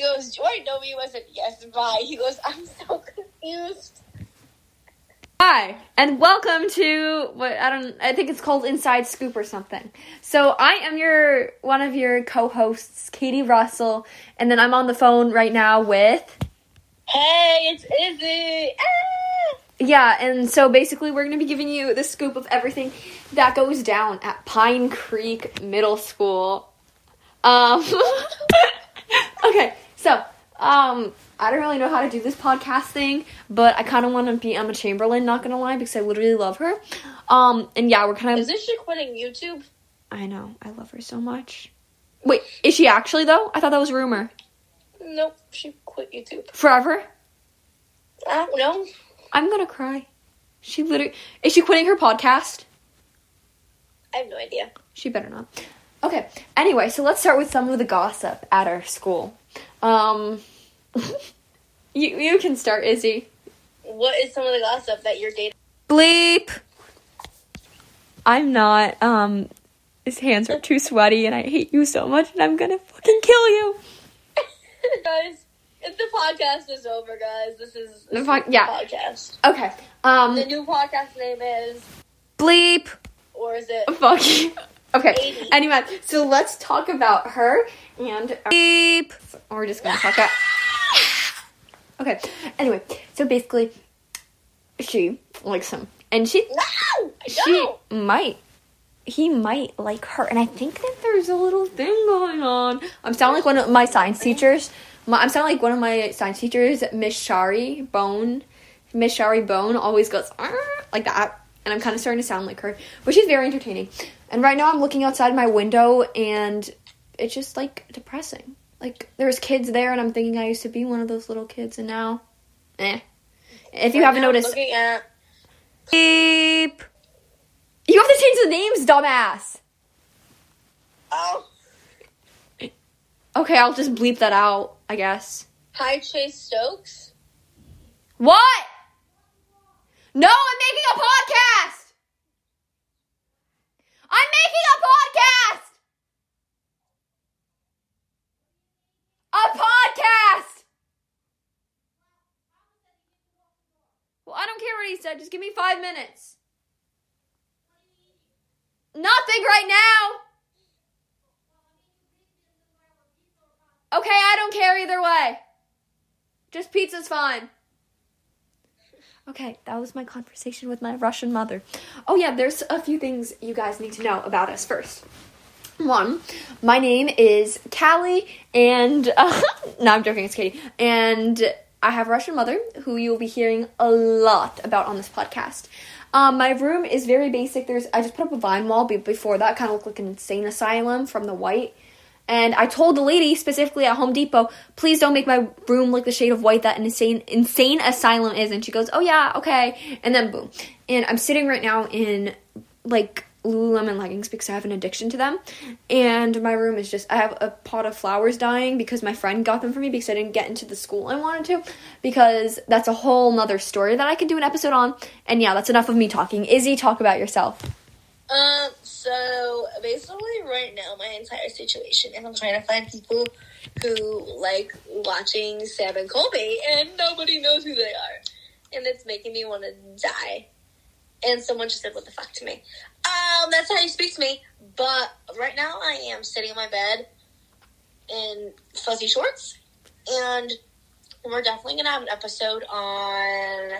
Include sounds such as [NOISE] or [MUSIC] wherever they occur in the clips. goes, Jordan told me he wasn't. Yes, bye. He goes, I'm so confused. Hi, and welcome to what I don't I think it's called Inside Scoop or something. So I am your one of your co-hosts, Katie Russell, and then I'm on the phone right now with Hey, it's Izzy. Ah! yeah, and so basically we're going to be giving you the scoop of everything that goes down at Pine Creek Middle School. Um [LAUGHS] Okay, so um I don't really know how to do this podcast thing, but I kind of want to be Emma Chamberlain, not going to lie, because I literally love her. Um and yeah, we're kind of Is this she quitting YouTube? I know. I love her so much. Wait, is she actually though? I thought that was a rumor. Nope, she quit YouTube. Forever? I don't know. I'm gonna cry. She literally is she quitting her podcast? I have no idea. She better not. Okay. Anyway, so let's start with some of the gossip at our school. Um [LAUGHS] You you can start, Izzy. What is some of the gossip that you're dating? [LAUGHS] Bleep. I'm not. Um his hands are too sweaty and I hate you so much and I'm gonna fucking kill you. guys, if the podcast is over, guys, this is The this pod- is the yeah. podcast. Okay. Um The new podcast name is, bleep. or is it? [LAUGHS] Fuck you. Okay. Eighty. Anyway, so let's talk about her and beep. We're just gonna talk about. Okay. Anyway, so basically, she likes him, and she No, I she don't. might he might like her, and I think that there's a little thing going on. I'm sounding like one of my science teachers. My, I'm sounding like one of my science teachers, Miss Shari Bone. Miss Shari Bone always goes "Arr," like that, and I'm kind of starting to sound like her, but she's very entertaining. And right now, I'm looking outside my window, and it's just like depressing. Like there's kids there, and I'm thinking I used to be one of those little kids, and now, eh. If you Right haven't now I'm noticed, Looking at Beep. You have to change the names, dumbass. oh, Okay, I'll just bleep that out, I guess. hi Chase Stokes. What? No, I'm making a podcast. I'm making a podcast. A podcast. Well, I don't care what he said. Just give me five minutes. Nothing right now. Okay, I don't care either way. Just pizza's fine. Okay, that was my conversation with my Russian mother. Oh, yeah, there's a few things you guys need to know about us first. One, my name is Callie, and [LAUGHS] no, I'm joking, it's Katie. And I have a Russian mother who you'll be hearing a lot about on this podcast. Um, my room is very basic. There's I just put up a vine wall, but before that, kind of looked like an insane asylum from the white. And I told the lady specifically at Home Depot, please don't make my room look the shade of white that an insane insane asylum is. And she goes, oh yeah, okay. And then boom. And I'm sitting right now in like Lululemon leggings because I have an addiction to them. And my room is just I have a pot of flowers dying because my friend got them for me because I didn't get into the school I wanted to. Because that's a whole nother story that I could do an episode on. And yeah, that's enough of me talking. Izzy, talk about yourself. Um, so basically, right now, my entire situation is I'm trying to find people who like watching Sam and Colby, and nobody knows who they are, and it's making me want to die. And someone just said, "What the fuck?" to me. Um, that's how you speak to me. But right now, I am sitting in my bed in fuzzy shorts, and we're definitely gonna have an episode on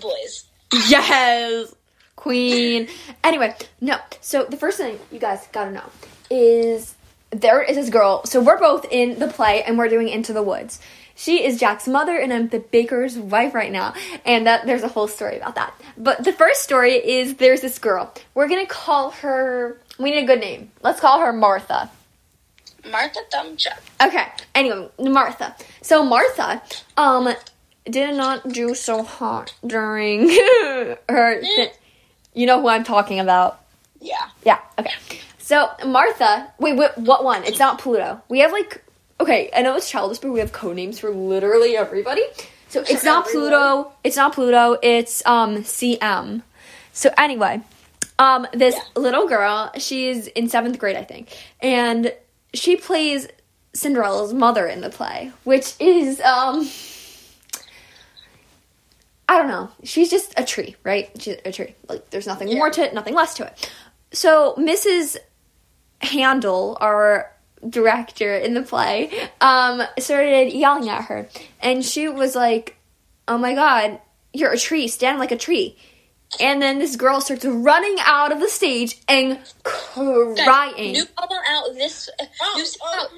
boys. Yes, queen. Anyway, no. So the first thing you guys gotta know is there is this girl. So we're both in the play and we're doing Into the Woods. She is Jack's mother, and I'm the baker's wife right now. And that there's a whole story about that. But the first story is there's this girl. We're gonna call her. We need a good name. Let's call her Martha. Martha Thumbchuck. Okay. Anyway, Martha. So Martha, um, did not do so hot during [LAUGHS] her. thi- you know who I'm talking about. Yeah. Yeah. Okay. So Martha. Wait. What? What one? It's not Pluto. We have like. Okay. I know it's childish, but we have code names for literally everybody. So it's not everyone. Pluto. It's not Pluto. It's um CM. So anyway, um, this little girl. She's in seventh grade, I think, and she plays Cinderella's mother in the play, which is um I don't know. She's just a tree, right? She's a tree. Like there's nothing more to it, nothing less to it. So Mrs. Handel, our director in the play, um, started yelling at her, and she was like, "Oh my god, you're a tree! Stand like a tree!" And then this girl starts running out of the stage and crying. New album out this. new song out.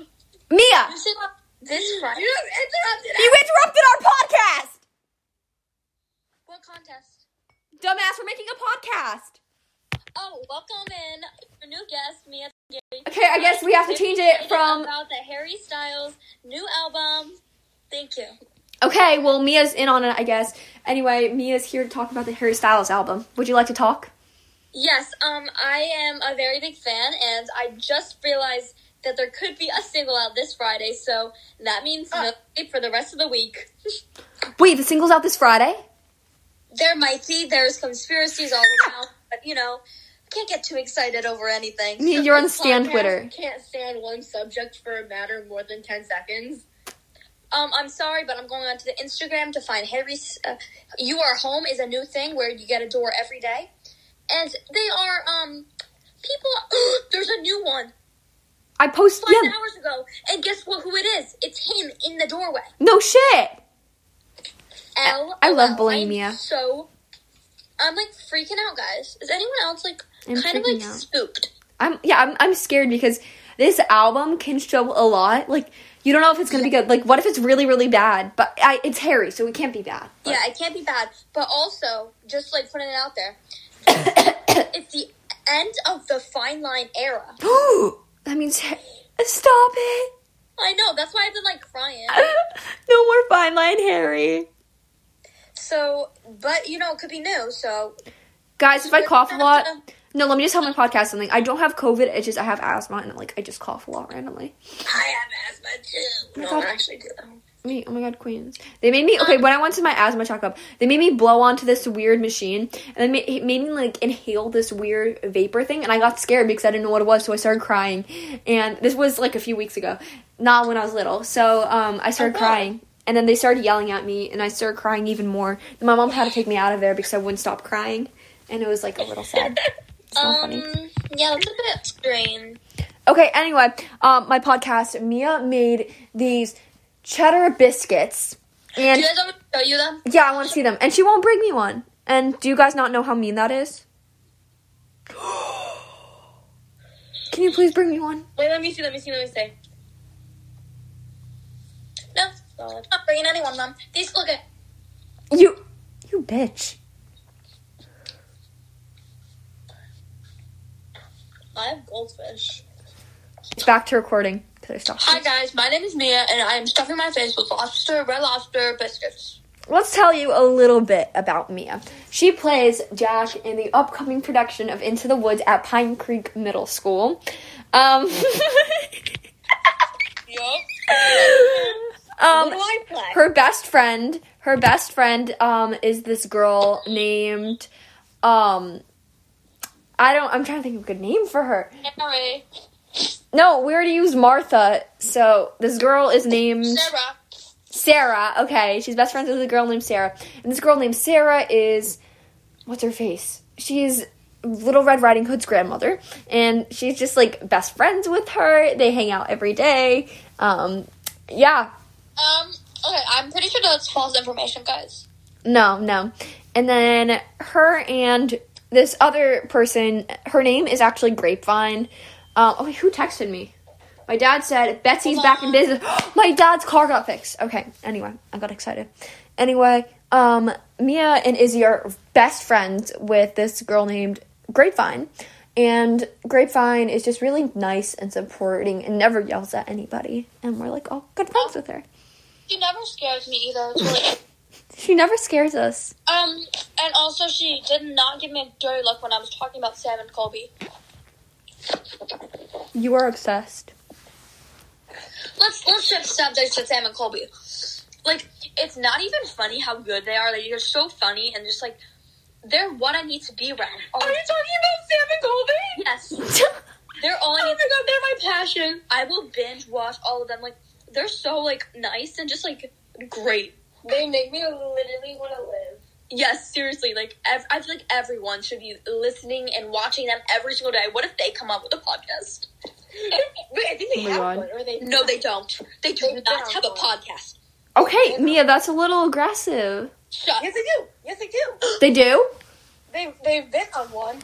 Mia, New song out this Friday. You interrupted. you interrupted our podcast. What contest? Dumbass, we're making a podcast. Oh, welcome in your new guest, Mia. Gary. Okay, I guess we have to change it from. about the Harry Styles new album. Thank you. Okay, well, Mia's in on it, I guess. Anyway, Mia's here to talk about the Harry Styles album. Would you like to talk? Yes, um, I am a very big fan, and I just realized that there could be a single out this Friday, so that means no sleep for the rest of the week. Wait, the single's out this Friday? There might be. There's conspiracies all [LAUGHS] around, but you know, can't get too excited over anything. Mia, you're on Stan Twitter. Can't stand one subject for a matter more than ten seconds. Um, I'm sorry, but I'm going on to the Instagram to find Harry's. Uh, you are home is a new thing where you get a door every day, and they are um people. [GASPS] there's a new one I posted. five Yeah, hours ago, and guess what? Who it is? It's him in the doorway. no shit. L. I love LOL. bullying I'm Mia. So I'm like freaking out, guys. Is anyone else like I'm kind of freaking like out. spooked? I'm yeah, I'm I'm scared because this album can show a lot. Like you don't know if it's gonna be good. Like what if it's really really bad? But I, it's Harry, so it can't be bad. [GASPS] But- Yeah, it can't be bad. But also, just like putting it [COUGHS] out there, it's the end of the fine line era. that means Har- stop it. [LAUGHS] I know. That's why I've been like crying. no more fine line Harry. So, but you know, it could be new. So Guys, if I cough a lot, no. Let me just tell my podcast something. I don't have COVID. It's just I have asthma and like I just cough a lot randomly. I have asthma too. No, God. I actually do. Me, oh my god, Queens. They made me Um, okay. When I went to my asthma checkup, they made me blow onto this weird machine, and then ma- it made me like inhale this weird vapor thing, and I got scared because I didn't know what it was, so I started crying. And this was like a few weeks ago, not when I was little. So um, I started Oh, wow. crying, and then they started yelling at me, and I started crying even more. Then my mom had to take me out of there because I wouldn't stop crying, and it was like a little sad. It's not Um, funny. yeah, that's a bit strange. Okay, anyway, um, my podcast, Mia made these cheddar biscuits. Do And you guys want me to show you them? yeah, I want to see them. And she won't bring me one. And do you guys not know how mean that is? Can you please bring me one? Wait, let me see, let me see, let me see. No, not bringing anyone, Mom. These look at. You, you bitch. I have goldfish. It's back to recording. Could I stop? Hi, guys. My name is Mia, and I am stuffing my face with lobster, red lobster biscuits. Let's tell you a little bit about Mia. She plays Jack in the upcoming production of Into the Woods at Pine Creek Middle School. Um, [LAUGHS] Yup. um, I play? her best friend her best friend um is this girl named um i don't i'm trying to think of a good name for her Harry. no we already used martha so this girl is named Sarah. sarah okay she's best friends with a girl named sarah and this girl named sarah is what's her face she's little red riding hood's grandmother and she's just like best friends with her they hang out every day um yeah Um, okay, I'm pretty sure that's false information, guys. No, no. And then her and this other person, her name is actually Grapevine. Um, oh, wait, who texted me? My dad said Betsy's back in business. [GASPS] My dad's car got fixed. Okay. Anyway, I got excited. Anyway, um, Mia and Izzy are best friends with this girl named Grapevine, and Grapevine is just really nice and supporting and never yells at anybody. And we're like, oh, good friends with her. She never scares me either. It's [LAUGHS] really- She never scares us. um, and also, she did not give me a dirty look when I was talking about Sam and Colby. You are obsessed. [LAUGHS] let's let's shift subjects to Sam and Colby. Like, it's not even funny how good they are. Like, they're so funny and just like they're what I need to be around. Are you talking about Sam and Colby? Yes. They're all. I Oh my need- god, they're my passion. I will binge watch all of them. Like They're so like nice and just like great. they make me literally want to live. Yes, seriously. Like ev- I feel like everyone should be listening and watching them every single day. What if they come up with a podcast? Wait, I think they Oh my have God. one, or they [LAUGHS] No, they don't. They do They not don't. have a podcast. Okay, Mia, that's a little aggressive. Shut. Yes, they do. Yes, they do. They do? They they've been on one.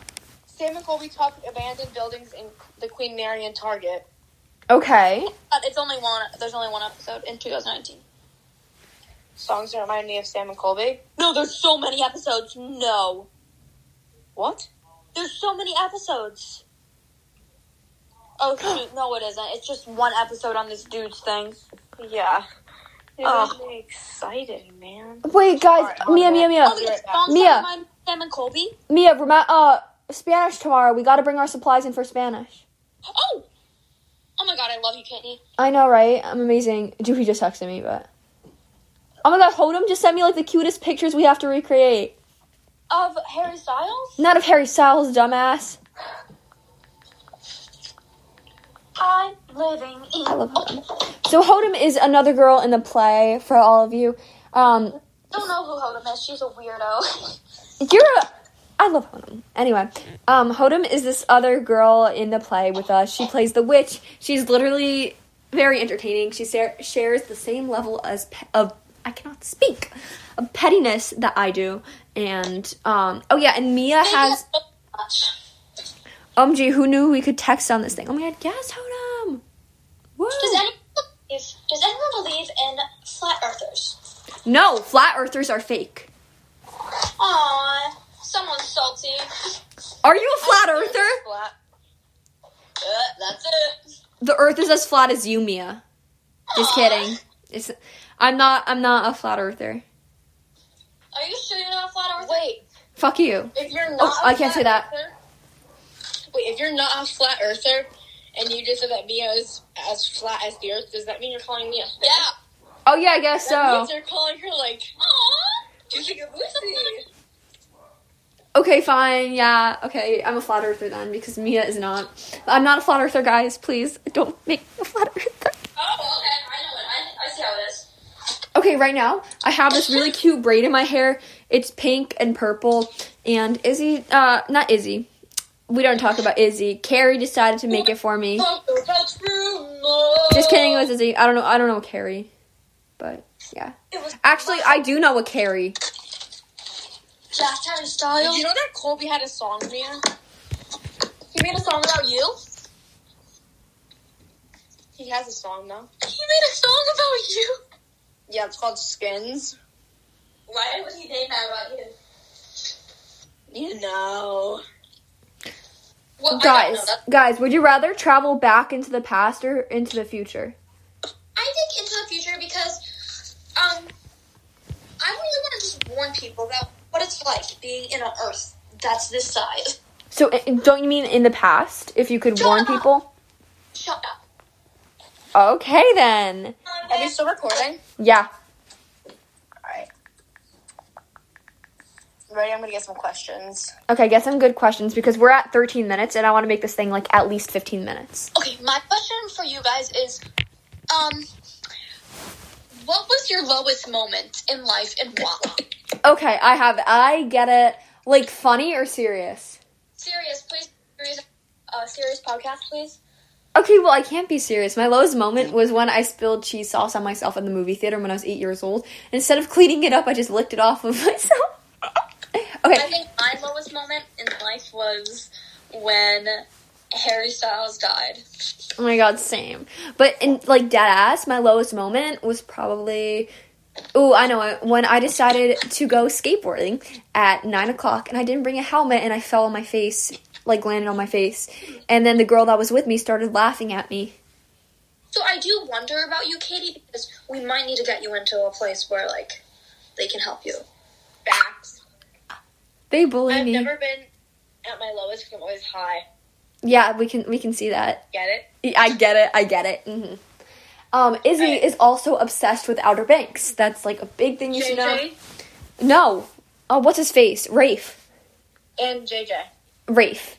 Sam and Colby talk abandoned buildings in the Queen Mary and Target. Okay. up. It's only one. There's only one episode in 2019. Songs that remind me of Sam and Colby. No, there's so many episodes. No, What? there's so many episodes. [GASPS] Oh shoot, no, it isn't. It's just one episode on this dude's thing. Yeah. It Ugh. me excited, man. Wait, guys, Alright, Mia, I'll Mia, go. Mia, Oh, it's Yeah. Songs Mia. That Remind Sam and Colby. Mia, remi- uh, Spanish tomorrow. We gotta bring our supplies in for Spanish. Oh, oh my god, I love you, Katie. I know, right? I'm amazing. Dude, he just texted me, but. Oh my god, Hodem just sent me like the cutest pictures we have to recreate. Of Harry Styles. Not of Harry Styles, dumbass. I'm living in. I love Hodem. So Hodem is another girl in the play for all of you. Um, Don't know who Hodem is. She's a weirdo. [LAUGHS] you're a. I love Hodem. Anyway, um, Hodem is this other girl in the play with us. She plays the witch. She's literally very entertaining. She sa- shares the same level as pe- of I cannot speak of pettiness that I do. And um, oh yeah, and Mia has. OMG, who knew we could text on this thing? Oh my god, yes, Hodem. Does Whoa. anyone believe? Does anyone believe in flat earthers? No, flat earthers are fake. Aww, someone's salty. Are you a flat earther? Flat. Uh, that's it. The Earth is as flat as you, Mia. Just Aw. kidding. It's I'm not I'm not a flat eurther. Are you sure you're not a flat earther? Wait, Fuck you. if you're not, Oh, I I can't say that. Earther, wait, if you're not a flat earther, and you just said that Mia is as flat as the Earth, does that mean you're calling me a? Yeah. Oh yeah, I guess That so. means you're calling her like. Aww. She's like a Lucy. Okay, fine. Yeah. Okay, I'm a flat earther then because Mia is not. I'm not a flat earther, guys. Please don't make me a flat earther. Oh, okay. I know it. I, I see how it is. Okay, right now I have this really cute braid in my hair. It's pink and purple. And Izzy, uh, not Izzy. We don't talk about Izzy. Carrie decided to make it for me. That's rumor. Just kidding, it was Izzy. I don't know. I don't know Carrie, but yeah. It was Actually, I do know a Carrie. Just Harry Did Styles. you know that Colby had a song, Mia? he made a song about you. He has a song though. He made a song about you. Yeah, it's called Skins. Why would he make that about you? You know. Well, I don't guys, know. That's- guys, would you rather travel back into the past or into the future? I think into the future because, um, I really want to just warn people about what it's like being in an Earth that's this size. So i- don't you mean in the past? If you could Shut warn up. people. Shut up. Okay then. Um, Are we still recording? Yeah. Alright. Ready? I'm gonna get some questions. Okay, get some good questions because we're at 13 minutes and I want to make this thing like at least 15 minutes. Okay, my question for you guys is, um, what was your lowest moment in life and [LAUGHS] why? Okay, I have. I get it. Like funny or serious? serious, please, serious, uh, serious podcast, please. Okay, well, I can't be serious. My lowest moment was when I spilled cheese sauce on myself in the movie theater when I was eight years old. Instead of cleaning it up, I just licked it off of [LAUGHS] myself. I okay, think my lowest moment in life was when Harry Styles died. oh my god, same. But in like dead ass, my lowest moment was probably. Ooh, I know it. When I decided to go skateboarding at nine o'clock and I didn't bring a helmet and I fell on my face, like landed on my face. And then the girl that was with me started laughing at me. So I do wonder about you, Katie, because we might need to get you into a place where like they can help you. Facts. They bully I've me. never been at my lowest because I'm always high. yeah, we can we can see that. Get it? I get it. I get it. hmm Um, Izzy Right. is also obsessed with Outer Banks. That's like a big thing you should know. JJ No. Oh, what's his face? Rafe. and JJ. Rafe.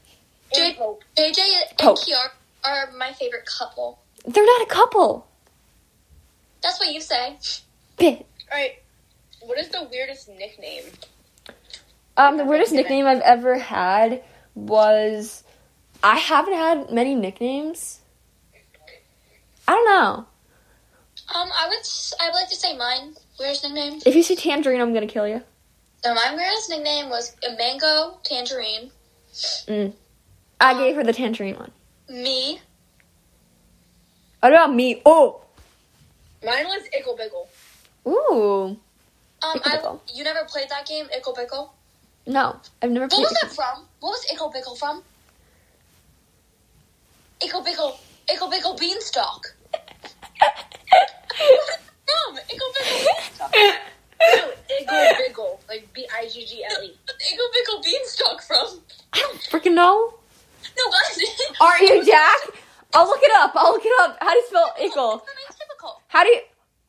J- Pope. JJ and Pope. Kiara are my favorite couple. They're not a couple. That's what you say. Bit. All right. What is the weirdest nickname? Um, the weirdest nickname I've ever had was I haven't had many nicknames. I don't know. Um, I would s- I would like to say mine. Weirdest nickname. If you see tangerine, I'm gonna kill you. So my weirdest nickname was a mango tangerine. I gave her the tangerine one. Me. What about me? Oh, Mine was Ickle Biggle. ooh, Um, Ickle I, Bickle. you never played that game, Ickle Bickle. no, I've never What played. was that from? What was Ickle Bickle from? Ickle Bickle, Ickle Bickle Beanstalk. [LAUGHS] From Ickle Bickle [LAUGHS] Beanstalk. No, Ickle Biggle. Like B I G G L E. Ickle Bickle Beanstalk from? I don't freaking know. No, [LAUGHS] what? Aren't you Jack? I'll look it up. I'll look it up. How do you spell ickle? It's typical. How do you?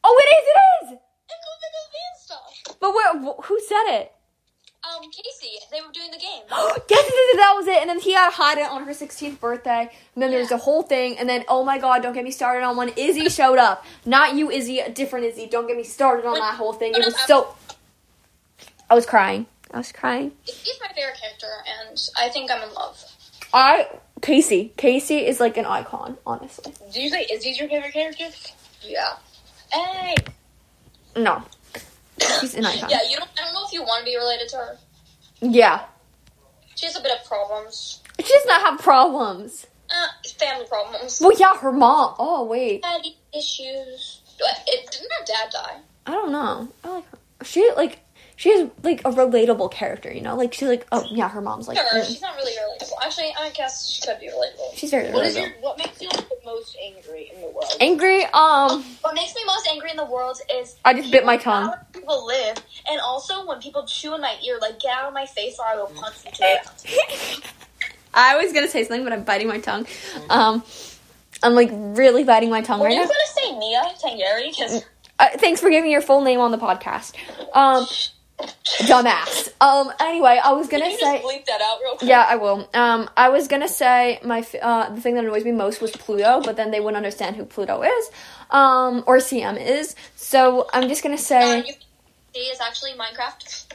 Oh, it is. It is. Ickle Bickle Beanstalk. But where? Wh- who said it? [GASPS] Um, Casey, they were doing the game. yes, yes, yes, that was it. And then he had Haida on her 16th birthday. And then there's the whole thing. And then, oh my God, don't get me started on when Izzy showed up. Not you, Izzy, a different Izzy. Don't get me started on that whole thing. It was so. I was crying. I was crying. He's my favorite character, and I think I'm in love. I. Casey. Casey is like an icon, honestly. Did you say Izzy's your favorite character? Yeah. Hey. No. She's an icon. Yeah, you don't. I don't know if you want to be related to her. yeah. She has a bit of problems. She does not have problems. Uh, family problems. Well, yeah, her mom. Oh, wait. Daddy issues. What, It, didn't her dad die? I don't know. I like her. She, like. She is like a relatable character, you know. Like she's like, oh yeah, her mom's like, Sure, mm. she's not really relatable. Actually, I guess she could be relatable. She's very What is relatable. your? What makes you the most angry in the world? Angry, um, What makes me most angry in the world is I just bit my tongue. how people live, and also when people chew in my ear, like get out of my face or I will punch you to the ground. I was gonna say something, but I'm biting my tongue. Um, I'm like really biting my tongue Were right you now. gonna say Nia Tangeri? Because Uh, thanks for giving your full name on the podcast. Um, dumbass. Um, anyway, I was can gonna you say. just bleep that out real quick? Yeah, I will. Um, I was gonna say my f- uh, the thing that annoys me most was Pluto, but then they wouldn't understand who Pluto is, um, or CM is. So I'm just gonna Uh, say. you- she is actually Minecraft.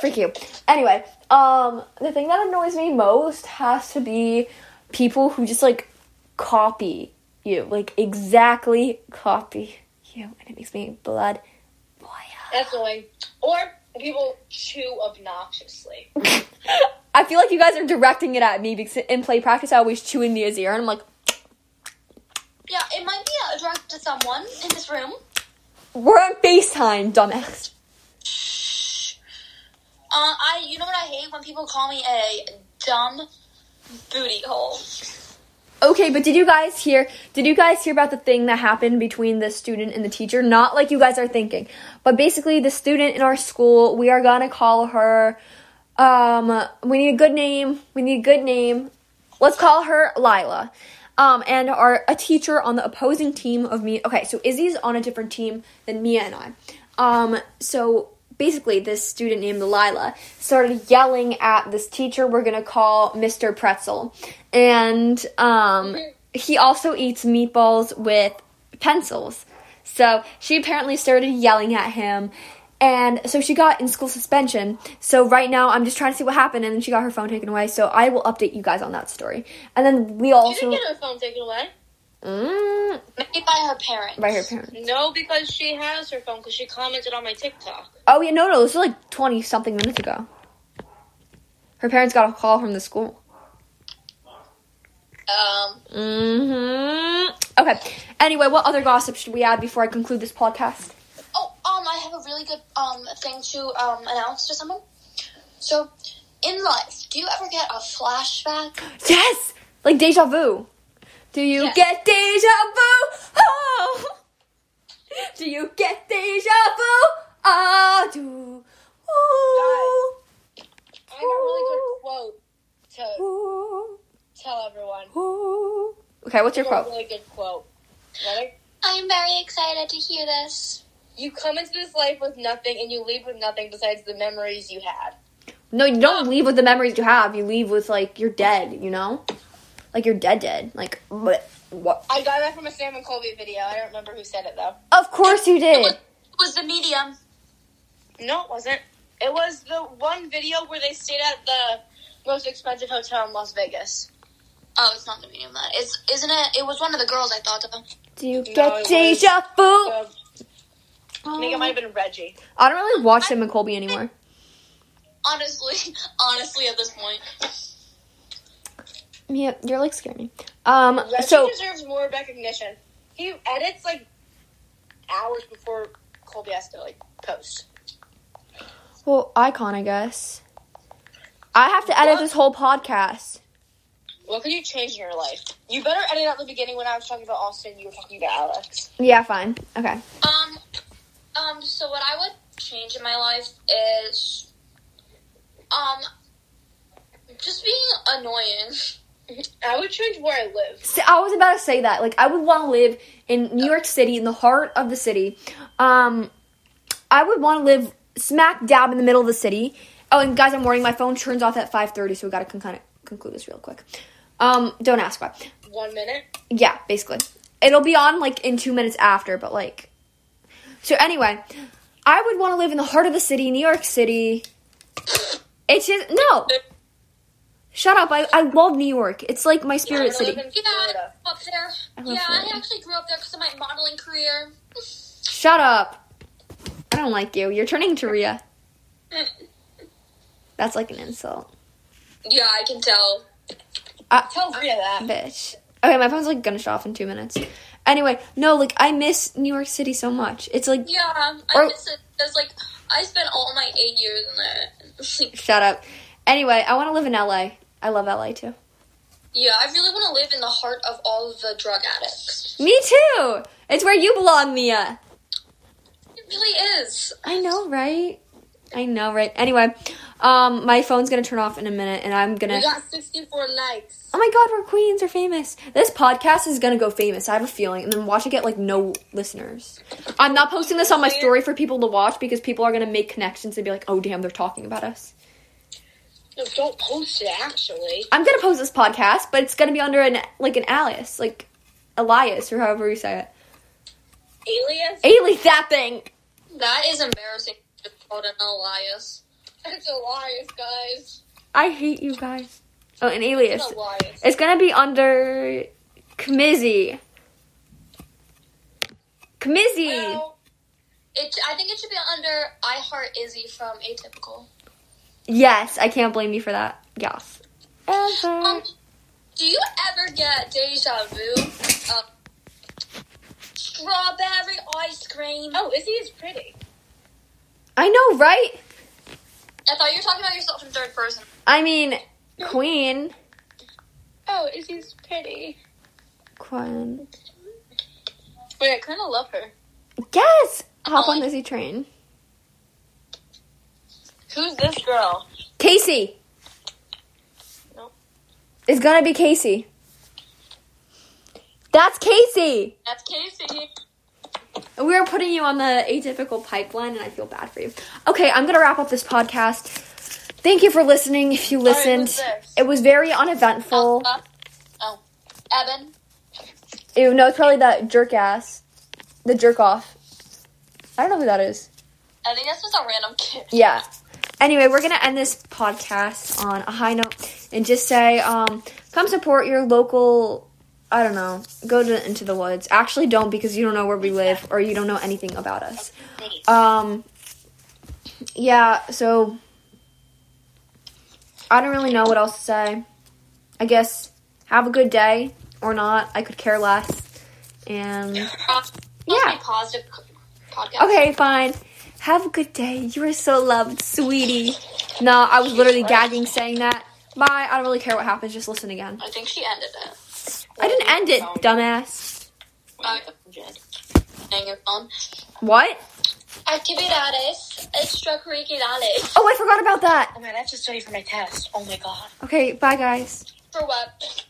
Freak you. Anyway, um, the thing that annoys me most has to be people who just like copy you, like exactly copy you, and it makes me blood boil. [LAUGHS] That's annoying. Or people chew obnoxiously. I feel like you guys are directing it at me because in play practice I always chew in Nia's ear, and I'm like, Yeah, it might be uh, addressed to someone in this room. we're on Facetime, dumbass. Uh, I, you know what I hate when people call me a dumb booty hole. Okay, but did you guys hear? Did you guys hear about the thing that happened between the student and the teacher? Not like you guys are thinking, but basically, the student in our school. We are gonna call her. Um, we need a good name. We need a good name. Let's call her Lila. Um, and our a teacher on the opposing team of me. Okay, so Izzy's on a different team than Mia and I. Um, so basically, this student named Lila started yelling at this teacher. We're gonna call Mr. Pretzel, and um, he also eats meatballs with pencils. So she apparently started yelling at him. And so she got in school suspension. So right now I'm just trying to see what happened and then she got her phone taken away. So I will update you guys on that story. And then we You didn't also get her phone taken away. mm, Maybe by her parents. by her parents. No, because she has her phone because she commented on my TikTok. Oh yeah, no, no, this was like twenty something minutes ago. Her parents got a call from the school. Um, Mm-hmm. Okay. Anyway, what other gossip should we add before I conclude this podcast? oh, um, I have a really good um thing to um announce to someone. So, in life, do you ever get a flashback? Yes! Like deja vu. Do you Yes. get deja vu? Oh! [LAUGHS] Do you get deja vu? Ah, do. Ooh. I got a really good quote to Ooh. tell everyone. Ooh. Okay, what's your I got a quote? really good quote. Ready? I am very excited to hear this. You come into this life with nothing and you leave with nothing besides the memories you had. No, you don't leave with the memories you have. You leave with like you're dead. You know, like you're dead, dead. Like what? what? I got that from a Sam and Colby video. I don't remember who said it though. Of course you did. was the medium. No, it wasn't. It was the one video where they stayed at the most expensive hotel in Las Vegas. Oh, it's not the medium. That it's isn't it? It was one of the girls. I thought though. Do you No, get it deja vu? So, I think it might have been Reggie. I don't really watch Sam and Colby anymore. Honestly, [LAUGHS] honestly, at this point, Yeah, you're like scaring me. Um, Reggie so deserves more recognition. He edits like hours before Colby has to like post. well, icon, I guess. I have to edit this whole podcast. What could you change in your life? You better edit out the beginning when I was talking about Austin. You were talking about Alex. Yeah, fine. Okay. um, um. So what I would change in my life is, um, just being annoying. I would change where I live. So I was about to say that. Like, I would want to live in New York City, in the heart of the city. Um, I would want to live smack dab in the middle of the city. Oh, and guys, I'm warning. My phone turns off at 5:30, so we gotta con- kinda conclude this real quick. Um, don't ask why. One minute. Yeah, basically. It'll be on like in two minutes after, but like. So anyway, I would want to live in the heart of the city, New York City. It's just no. Shut up! I, I love New York. It's like my I spirit wanna live city. in Yeah, Florida. up there. I love yeah, Florida. I actually grew up there because of my modeling career. Shut up! I don't like you. You're turning to Rhea. That's like an insult, Yeah, I can tell. Tell Rhea Oh, that. bitch. Okay, my phone's like gonna shut off in two minutes. Anyway, no, like I miss New York City so much. It's like Yeah, I Or- miss it because like I spent all my eight years in there. [LAUGHS] shut up. Anyway, I want to live in LA. I love LA too. yeah, I really want to live in the heart of all of the drug addicts. Me too. It's where you belong, Mia. It really is. I know, right? I know, right? Anyway, um, my phone's gonna turn off in a minute, and I'm gonna. We got 64 likes. oh my god, we're queens. We're famous. This podcast is gonna go famous. I have a feeling. And then watch it get like no listeners. I'm not posting this on my story for people to watch because people are gonna make connections and be like, oh damn, they're talking about us. No, don't post it, actually. I'm gonna post this podcast, but it's gonna be under an like an alias, like Elias or however you say it. Alias? Alias that thing. That is embarrassing. Just called an Elias. It's Elias, guys. I hate you guys. Oh, an alias. It's Elias. It's gonna be under Kmizzy. Kmizzy. Well, It. I think it should be under I Heart Izzy from Atypical. yes, I can't blame you for that. Yes. Ever. Um, do you ever get deja vu? Uh, strawberry ice cream. oh, Izzy is pretty. I know, right? I thought you were talking about yourself in third person. I mean, Queen. Oh, Izzy's pretty. Queen. Wait, I kind of love her. Yes! Hop on Lizzie train. Who's this girl? Casey! Nope. It's gonna be Casey. That's Casey! That's Casey. We are putting you on the atypical pipeline, and I feel bad for you. Okay, I'm gonna wrap up this podcast. Thank you for listening. If you Sorry, listened, who's this? uh. it was very uneventful. Alpha. Oh, Evan. Ew, no, it's probably that jerk ass, the jerk off. I don't know who that is. I think that's just a random kid. Yeah. Anyway, we're gonna end this podcast on a high note and just say, um, come support your local. I don't know. Go to into the woods. Actually, don't because you don't know where we live or you don't know anything about us. Um. Yeah. So I don't really know what else to say. I guess have a good day or not. I could care less. And Yeah. yeah. Uh, Positive c- podcast. Okay, fine. Have a good day. You are so loved, sweetie. No, I was literally gagging saying that. Bye. I don't really care what happens. Just listen again. I think she ended it. I didn't end it, dumbass. Uh, hang your phone. What? Actividades extracurriculares Oh, I forgot about that. Oh, man, I have to study for my test. Oh, my God. Okay, bye, guys. for what?